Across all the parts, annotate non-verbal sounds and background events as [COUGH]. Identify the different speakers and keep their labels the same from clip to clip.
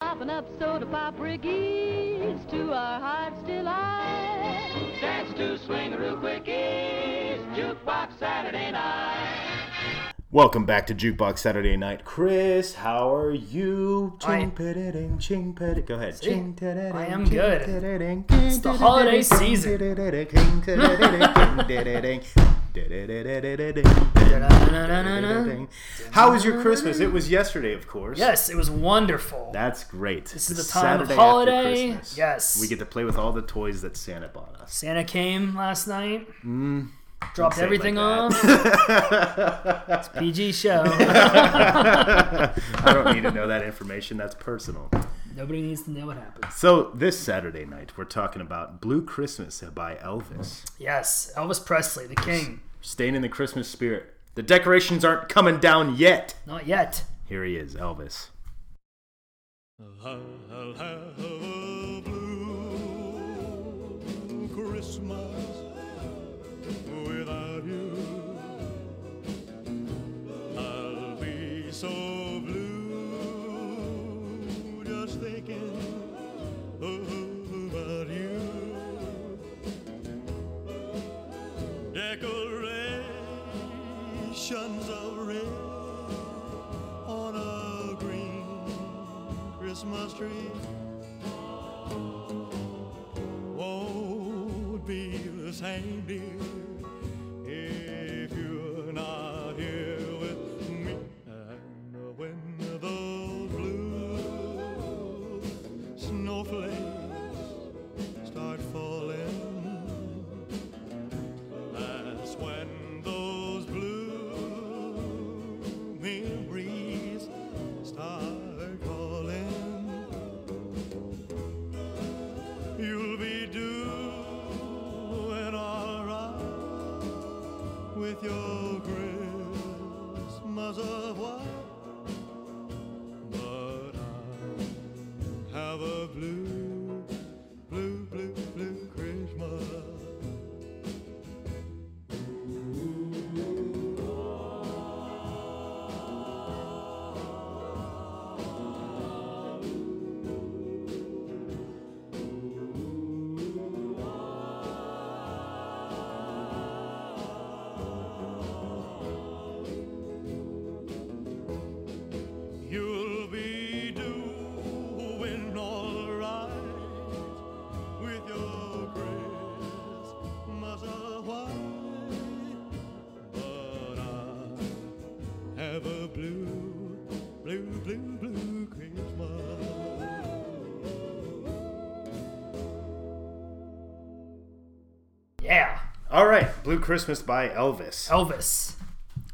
Speaker 1: popping up soda pop riggies to our hearts' delight.
Speaker 2: Dance to swing real quickies, jukebox Saturday night.
Speaker 3: Welcome back to Jukebox Saturday Night. Chris, how are you?
Speaker 4: I-
Speaker 3: Ching pa-da-ding, ching pa-da- Go ahead. Ching ta-da-ding,
Speaker 4: I am
Speaker 3: ching
Speaker 4: good.
Speaker 3: ta-da-ding, ching
Speaker 4: the
Speaker 3: ta-da-ding,
Speaker 4: holiday
Speaker 3: ching
Speaker 4: season.
Speaker 3: ta-da-ding, ching ta-da-ding, ching ta-da-ding,
Speaker 4: [LAUGHS]
Speaker 3: da-da-da-da-da-ding, da-da-da-da-da-ding. How was your Christmas? It was yesterday, of course.
Speaker 4: Yes, it was wonderful.
Speaker 3: That's great. This
Speaker 4: is the time of
Speaker 3: Saturday after
Speaker 4: holiday.
Speaker 3: Christmas.
Speaker 4: Yes.
Speaker 3: We get to play with all the toys that Santa bought us.
Speaker 4: Santa came last night. dropped
Speaker 3: say it
Speaker 4: everything
Speaker 3: like [LAUGHS]
Speaker 4: off. it's PG show.
Speaker 3: I don't need to know that information. That's personal.
Speaker 4: Nobody needs to know what happens.
Speaker 3: So this Saturday night, we're talking about "Blue Christmas" by Elvis.
Speaker 4: Yes, Elvis Presley, the king.
Speaker 3: Staying in the Christmas spirit. The decorations aren't coming down yet.
Speaker 4: Not yet.
Speaker 3: Here he is, Elvis.
Speaker 5: I'll have a blue Christmas without you. I'll be so blue just thinking about you. Decorations of red on a green Christmas tree won't be the same, dear, if you're not here with me. And when those blue snowflakes start falling, that's when those blue memories start calling. You'll be doing alright with your Christmas of white, but I have a blue, blue, blue, blue Christmas. You'll be doing all right with your Christmas of white, but I have a blue, blue, blue, blue Christmas.
Speaker 4: Yeah,
Speaker 3: All right, "Blue Christmas" by Elvis.
Speaker 4: Elvis.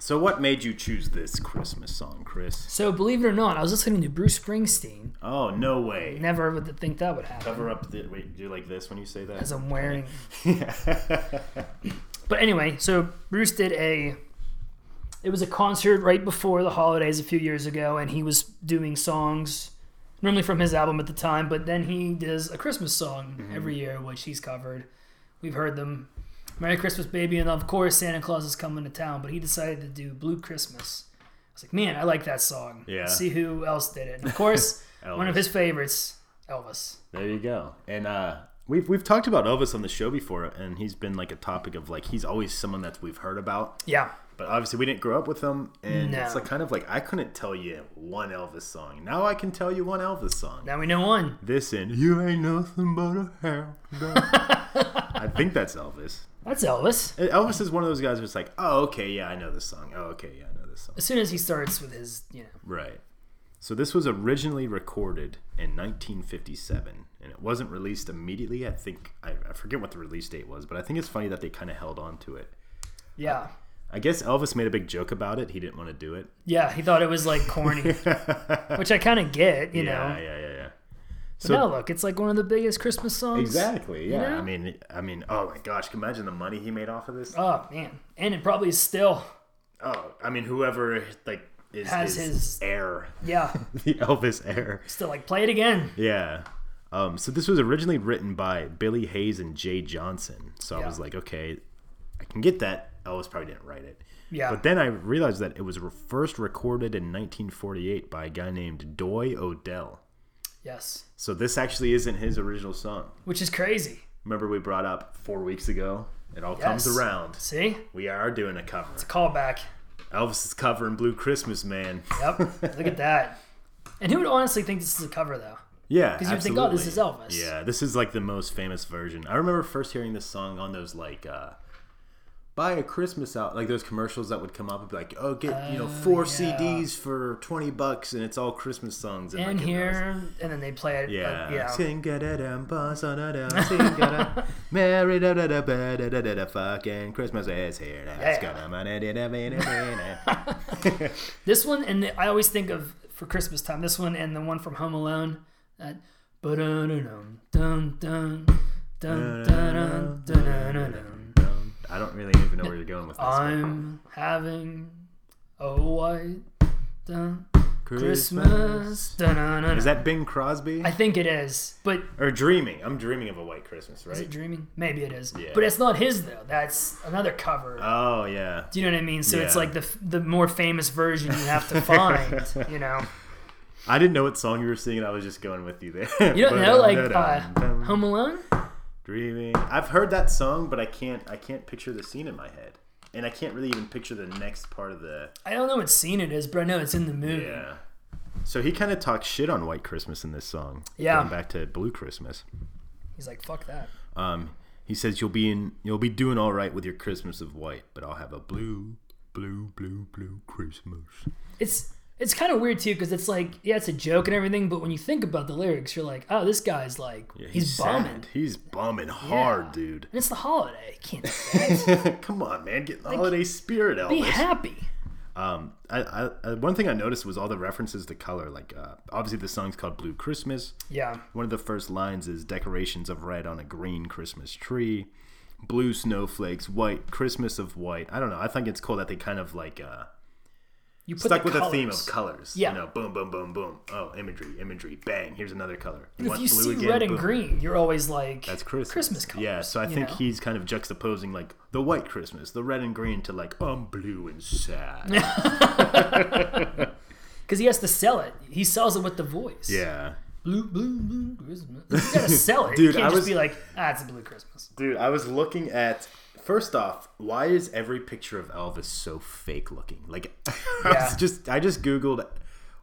Speaker 3: So, what made you choose this Christmas song, Chris?
Speaker 4: So believe it or not, I was listening to Bruce Springsteen.
Speaker 3: Oh, no way.
Speaker 4: Never would think that would happen.
Speaker 3: Cover up the. Wait, do like this when you say that?
Speaker 4: As I'm wearing. But anyway, so Bruce did a. It was a concert right before the holidays a few years ago, and he was doing songs normally from his album at the time, but then he does a Christmas song
Speaker 3: Mm-hmm.
Speaker 4: every year, which he's covered. We've heard them. Merry Christmas, baby, and of course Santa Claus is coming to town, but he decided to do Blue Christmas. I was like, man, I like that song.
Speaker 3: Yeah.
Speaker 4: Let's see who else did it. And of course,
Speaker 3: [LAUGHS]
Speaker 4: one
Speaker 3: Elvis.
Speaker 4: of his favorites, Elvis.
Speaker 3: [LAUGHS] There you go. And uh, we've we've talked about Elvis on the show before, and he's been like a topic of like he's always someone that we've heard about,
Speaker 4: Yeah.
Speaker 3: but obviously we didn't grow up with him, and
Speaker 4: No.
Speaker 3: it's like kind of like I couldn't tell you one Elvis song. Now I can tell you one Elvis song.
Speaker 4: Now we know one.
Speaker 3: This and you ain't nothing but a hound
Speaker 4: [LAUGHS]
Speaker 3: dog. I think that's Elvis.
Speaker 4: That's Elvis.
Speaker 3: And Elvis is one of those guys who's like, oh okay, yeah, I know this song. Oh okay, yeah, I know this song.
Speaker 4: As soon as he starts with his, you know,
Speaker 3: Right. So this was originally recorded in 1957, and it wasn't released immediately. I think I, I forget what the release date was, but I think it's funny that they kind of held on to it.
Speaker 4: yeah.
Speaker 3: I guess Elvis made a big joke about it. He didn't want to do it.
Speaker 4: Yeah, he thought it was like
Speaker 3: [LAUGHS]
Speaker 4: corny, which I kind of get, you
Speaker 3: yeah,
Speaker 4: know.
Speaker 3: yeah, yeah, yeah.
Speaker 4: But now look, it's like one of the biggest Christmas songs.
Speaker 3: Exactly. Yeah.
Speaker 4: know?
Speaker 3: I mean, I mean, oh my gosh, can you imagine the money he made off of this?
Speaker 4: Oh man, and it probably is still
Speaker 3: Oh, I mean, whoever like is
Speaker 4: Has his-
Speaker 3: heir, [LAUGHS]
Speaker 4: yeah,
Speaker 3: the Elvis heir.
Speaker 4: still like play it again.
Speaker 3: Yeah. Um, so this was originally written by Billy Hayes and Jay Johnson. So I
Speaker 4: Yeah.
Speaker 3: was like, okay, I can get that. Elvis probably didn't write it.
Speaker 4: Yeah,
Speaker 3: But then I realized that it was re- first recorded in 1948 by a guy named Doy Odell.
Speaker 4: Yes.
Speaker 3: So this actually isn't his original song.
Speaker 4: Which is crazy.
Speaker 3: Remember we brought up four weeks ago. It all comes
Speaker 4: Yes.
Speaker 3: around.
Speaker 4: See?
Speaker 3: We are doing a cover.
Speaker 4: Callback.
Speaker 3: Elvis is covering Blue Christmas, man. [LAUGHS]
Speaker 4: Yep. Look at that. And who would honestly think this is a cover though?
Speaker 3: Yeah,
Speaker 4: 'Cause you'd think, oh, this
Speaker 3: absolutely.
Speaker 4: is Elvis.
Speaker 3: Yeah, this is like the most famous version. I remember first hearing this song on those like uh buy a Christmas out like those commercials that would come up and be like, oh, get you know four CDs for twenty bucks and it's all Christmas songs. And,
Speaker 4: And
Speaker 3: like, it was-
Speaker 4: here, and then they play it. uh,
Speaker 3: Yeah.
Speaker 4: yeah.
Speaker 3: Sing-a-da-dum, buzz-a-da-dum,
Speaker 4: [LAUGHS]
Speaker 3: sing-a-da- Merry da da da ba da da da da fucking Christmas is here. Now it's
Speaker 4: Yeah.
Speaker 3: gonna- ma- da- da- da- ba- da- ba- da.
Speaker 4: This one, and the, I always think of for Christmas time. This one and the one from Home Alone. That dun dun dun dun dun dun
Speaker 3: Um, [LAUGHS] I don't really even know where you're going with this. one.
Speaker 4: I'm having a white dun Christmas.
Speaker 3: Christmas.
Speaker 4: Dun-dun-dun-dun.
Speaker 3: Is that Bing Crosby?
Speaker 4: I think it is, but
Speaker 3: or dreaming? I'm dreaming of a white Christmas,
Speaker 4: is it
Speaker 3: right?
Speaker 4: dreaming? Maybe it is,
Speaker 3: Yeah.
Speaker 4: but it's not his though. That's another cover.
Speaker 3: Oh yeah.
Speaker 4: Do you know what I mean? So it's
Speaker 3: Yeah.
Speaker 4: like the f- the more famous version you have
Speaker 3: [LAUGHS]
Speaker 4: to find. you know,
Speaker 3: I didn't know what song you were singing. I was just going with you there. [LAUGHS]
Speaker 4: you don't know like uh, Home Alone.
Speaker 3: dreaming. I've heard that song, but I can't. I can't picture the scene in my head, and I can't really even picture the next part of the.
Speaker 4: I don't know what scene it is, but I know it's in the movie.
Speaker 3: Yeah. So he kind of talks shit on White Christmas in this song.
Speaker 4: Yeah.
Speaker 3: Going back to Blue Christmas.
Speaker 4: He's like, "Fuck that."
Speaker 3: Um, he says you'll be in, you'll be doing all right with your Christmas of white, but I'll have a blue, blue, blue, blue Christmas.
Speaker 4: It's it's kind of weird too because it's like, yeah, it's a joke and everything, but when you think about the lyrics, you're like, "Oh, this guy's like,
Speaker 3: Yeah,
Speaker 4: he's, bumming."
Speaker 3: sad. He's bumming hard,
Speaker 4: Yeah.
Speaker 3: dude.
Speaker 4: And it's the holiday. You
Speaker 3: [LAUGHS]
Speaker 4: can't do that.
Speaker 3: Come on, man, get the holiday spirit,
Speaker 4: be
Speaker 3: Elvis.
Speaker 4: happy.
Speaker 3: Um, I, I, I, one thing I noticed was all the references to color. Like, uh, obviously, the song's called Blue Christmas.
Speaker 4: Yeah.
Speaker 3: One of the first lines is decorations of red on a green Christmas tree, blue snowflakes, white Christmas of white. I don't know. I think it's cool that they kind of like uh,
Speaker 4: You put
Speaker 3: stuck
Speaker 4: the
Speaker 3: with a theme
Speaker 4: colours.
Speaker 3: of colors.
Speaker 4: Yeah.
Speaker 3: You know, boom, boom, boom, boom. Oh, imagery, imagery. Bang. Here's another color.
Speaker 4: But if
Speaker 3: want
Speaker 4: you
Speaker 3: blue
Speaker 4: see
Speaker 3: again?
Speaker 4: red and
Speaker 3: Boom.
Speaker 4: green, you're always like,
Speaker 3: That's Christmas.
Speaker 4: Christmas colors.
Speaker 3: Yeah, so I
Speaker 4: you
Speaker 3: think
Speaker 4: know?
Speaker 3: he's kind of juxtaposing like the white Christmas, the red and green, to like I'm blue and sad.
Speaker 4: because he has to sell it. He sells it with the voice.
Speaker 3: yeah,
Speaker 4: blue, blue, blue Christmas.
Speaker 3: [LAUGHS]
Speaker 4: You gotta sell it. you
Speaker 3: Dude,
Speaker 4: can't
Speaker 3: I
Speaker 4: just
Speaker 3: was-
Speaker 4: be like, ah, it's a blue Christmas.
Speaker 3: dude. I was looking at first off, why is every picture of Elvis so fake looking? Like, [LAUGHS] I was
Speaker 4: Yeah.
Speaker 3: just I just googled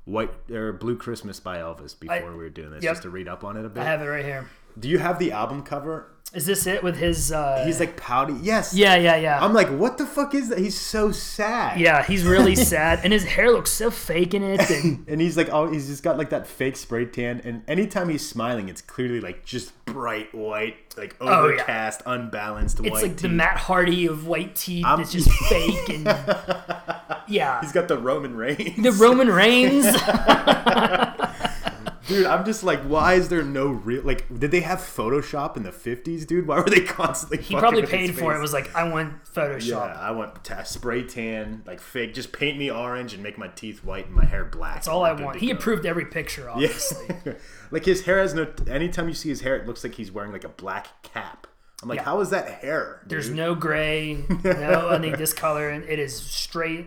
Speaker 3: white or blue Christmas by Elvis before we were doing this
Speaker 4: yep.
Speaker 3: just to read up on it a bit.
Speaker 4: I have it right here.
Speaker 3: Do you have the album cover?
Speaker 4: Is this it with his? Uh,
Speaker 3: He's like pouty. Yes.
Speaker 4: yeah, yeah, yeah.
Speaker 3: I'm like, what the fuck is that? He's so sad.
Speaker 4: yeah, he's
Speaker 3: [LAUGHS]
Speaker 4: really sad, and his hair looks so fake in it. And
Speaker 3: And he's like, oh, he's just got like that fake spray tan. And anytime he's smiling, it's clearly like just bright white, like
Speaker 4: Oh, yeah.
Speaker 3: overcast, unbalanced
Speaker 4: it's
Speaker 3: white.
Speaker 4: like the
Speaker 3: teeth.
Speaker 4: Matt Hardy of white teeth.
Speaker 3: I'm- [LAUGHS]
Speaker 4: It's just fake, and yeah,
Speaker 3: he's got the Roman
Speaker 4: [LAUGHS]
Speaker 3: reigns.
Speaker 4: the
Speaker 3: [LAUGHS]
Speaker 4: Roman Reigns.
Speaker 3: dude, I'm just like, why is there no real? Like, did they have Photoshop in the 50s, dude? Why were they constantly?
Speaker 4: he probably paid for it. Was like, I want
Speaker 3: yeah,
Speaker 4: Photoshop.
Speaker 3: I want ta spray tan, like fake. Just paint me orange and make my teeth white and my hair black.
Speaker 4: That's all I want. He approved every picture, obviously.
Speaker 3: [LAUGHS] like his hair has no. Anytime you see his hair, it looks like he's wearing like a black cap. I'm like,
Speaker 4: Yeah.
Speaker 3: how is that hair? dude?
Speaker 4: There's no gray,
Speaker 3: [LAUGHS]
Speaker 4: no any discolor, and it is straight,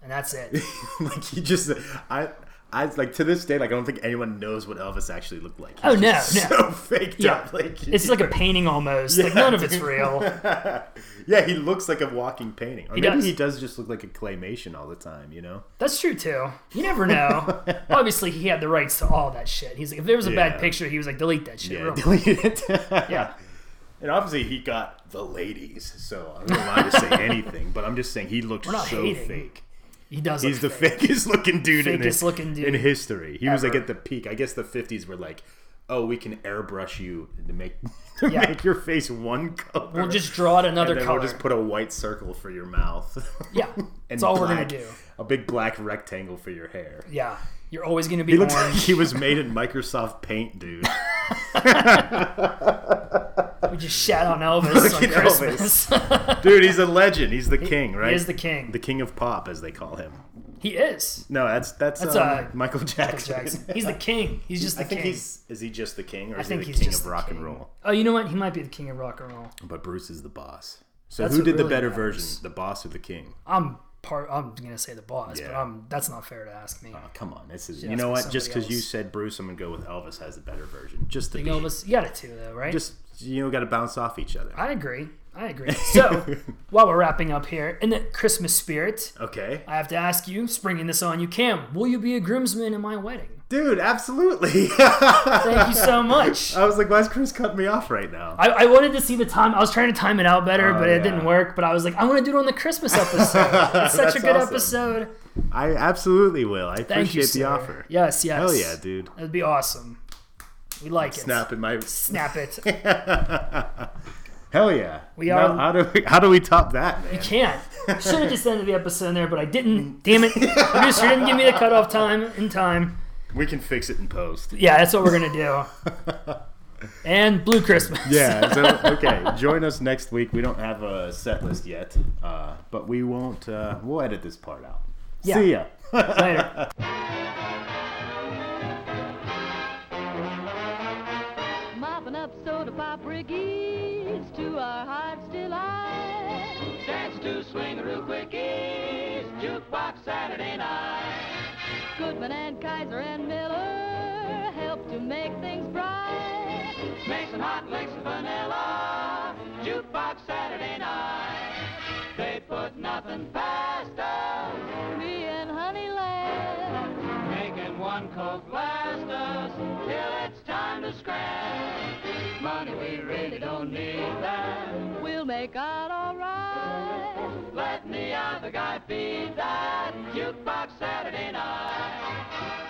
Speaker 4: and that's it.
Speaker 3: [LAUGHS] like he just I I like to this day like I don't think anyone knows what Elvis actually looked like. He's
Speaker 4: Oh, no,
Speaker 3: just [LAUGHS]
Speaker 4: no.
Speaker 3: so faked
Speaker 4: Yeah.
Speaker 3: up. Like
Speaker 4: It's like a painting almost. like
Speaker 3: Yeah,
Speaker 4: none of it's
Speaker 3: dude.
Speaker 4: real.
Speaker 3: [LAUGHS] yeah, he looks like a walking painting. Or
Speaker 4: He
Speaker 3: maybe
Speaker 4: does.
Speaker 3: he does just look like a claymation all the time. You know?
Speaker 4: That's true too. You never
Speaker 3: [LAUGHS]
Speaker 4: know. Obviously, he had the rights to all that shit. He's like, if there was a
Speaker 3: Yeah.
Speaker 4: bad picture, he was like, delete that shit.
Speaker 3: Yeah, [LAUGHS]
Speaker 4: real-
Speaker 3: deleted it.
Speaker 4: Yeah.
Speaker 3: And obviously he got the ladies, so I'm not allowed to say
Speaker 4: [LAUGHS]
Speaker 3: anything. But I'm just saying he looked
Speaker 4: We're not
Speaker 3: so
Speaker 4: hating.
Speaker 3: fake.
Speaker 4: he does.
Speaker 3: He's
Speaker 4: [LAUGHS]
Speaker 3: the
Speaker 4: look fake.
Speaker 3: fakest looking dude in
Speaker 4: Fakest
Speaker 3: his,
Speaker 4: looking dude
Speaker 3: in history. He was like
Speaker 4: ever.
Speaker 3: at the peak. I guess the 50s were like, oh, we can airbrush you to make [LAUGHS] to
Speaker 4: Yeah.
Speaker 3: make your face one color.
Speaker 4: We'll just draw it another
Speaker 3: and then
Speaker 4: color.
Speaker 3: we'll just put a white circle for your mouth. [LAUGHS]
Speaker 4: Yeah,
Speaker 3: and
Speaker 4: that's all we're gonna
Speaker 3: black-
Speaker 4: do.
Speaker 3: A big black rectangle for your hair.
Speaker 4: yeah, you're always gonna be
Speaker 3: He
Speaker 4: orange.
Speaker 3: looks like [LAUGHS] he was made in Microsoft Paint, dude.
Speaker 4: we just
Speaker 3: [LAUGHS]
Speaker 4: shat on Elvis on
Speaker 3: at Elvis.
Speaker 4: Christmas. [LAUGHS]
Speaker 3: dude, he's a legend. He's the king, right?
Speaker 4: he is the king.
Speaker 3: The king of pop, as they call him.
Speaker 4: he is.
Speaker 3: No, that's that's,
Speaker 4: That's,
Speaker 3: um,
Speaker 4: uh,
Speaker 3: Michael Jackson.
Speaker 4: Jackson. He's the king. He's just
Speaker 3: [LAUGHS] I
Speaker 4: the
Speaker 3: think
Speaker 4: king.
Speaker 3: he's is he just the king, or
Speaker 4: I
Speaker 3: is he
Speaker 4: think
Speaker 3: the
Speaker 4: he's
Speaker 3: king
Speaker 4: just
Speaker 3: of
Speaker 4: the
Speaker 3: rock and
Speaker 4: king.
Speaker 3: roll?
Speaker 4: Oh, you know what? He might be the king of rock and roll.
Speaker 3: But Bruce is the boss. So
Speaker 4: That's
Speaker 3: who
Speaker 4: what
Speaker 3: did the
Speaker 4: really
Speaker 3: better
Speaker 4: matters.
Speaker 3: version, the boss or the king?
Speaker 4: I'm part. I'm gonna say the boss, but
Speaker 3: Yeah.
Speaker 4: I'm, that's not fair to ask me.
Speaker 3: Oh, come on, this is
Speaker 4: Yeah,
Speaker 3: you know
Speaker 4: it's
Speaker 3: what? Just
Speaker 4: somebody
Speaker 3: because you
Speaker 4: else.
Speaker 3: said Bruce, I'm gonna go with Elvis has the better version. Just to
Speaker 4: You
Speaker 3: be,
Speaker 4: know, let's- you got it too, though, right?
Speaker 3: just you know, got to bounce off each other.
Speaker 4: I agree. I
Speaker 3: [LAUGHS]
Speaker 4: agree. [LAUGHS] So while we're wrapping up here, in the Christmas spirit,
Speaker 3: Okay,
Speaker 4: I have to ask you, springing this on you, Cam, will you be a groomsman in my wedding?
Speaker 3: dude, absolutely. [LAUGHS] I
Speaker 4: Thank you
Speaker 3: [LAUGHS]
Speaker 4: so much.
Speaker 3: was like, why is Chris cutting me off right now?
Speaker 4: I, I wanted to see the time. I was trying to time it out better,
Speaker 3: Oh,
Speaker 4: but it
Speaker 3: yeah.
Speaker 4: didn't work. But I was like, I want to do it on the Christmas
Speaker 3: [LAUGHS]
Speaker 4: episode. It's such a
Speaker 3: That's
Speaker 4: good
Speaker 3: awesome.
Speaker 4: episode.
Speaker 3: I absolutely will. I
Speaker 4: Thank you,
Speaker 3: appreciate the
Speaker 4: sir.
Speaker 3: offer.
Speaker 4: Yes, yes.
Speaker 3: Hell yeah, dude.
Speaker 4: That'd be awesome. We like it.
Speaker 3: Snap in my.
Speaker 4: Snap it.
Speaker 3: [LAUGHS] Hell yeah.
Speaker 4: We
Speaker 3: Now,
Speaker 4: are-
Speaker 3: How do we, how do we top that, man?
Speaker 4: Can't. Should have just ended the episode there, but I
Speaker 3: Mm. [LAUGHS]
Speaker 4: didn't. Damn it. Producer didn't give me the cutoff time in time.
Speaker 3: We can fix it in post.
Speaker 4: Yeah, that's what we're going to do.
Speaker 3: [LAUGHS]
Speaker 4: And Blue Christmas.
Speaker 3: Yeah. So okay, join us next week. We don't have a set list yet, uh, but we won't. Uh, we'll edit this part out.
Speaker 4: Yeah.
Speaker 3: See ya. [LAUGHS]
Speaker 4: [LAUGHS] Later.
Speaker 1: mopping up soda pop briggies to our heart's delight.
Speaker 2: Dance to swing real quickies, jukebox Saturday night.
Speaker 1: Goodman and Kaiser and Miller help to make things bright.
Speaker 2: Make some hot, make some vanilla, jukebox Saturday night. They put nothing past us,
Speaker 1: Me and Honeyland,
Speaker 2: making one coke last us till it's time to scratch. Money we really don't need that.
Speaker 1: we'll make out all right.
Speaker 2: Let the other guy feed that jukebox Saturday night.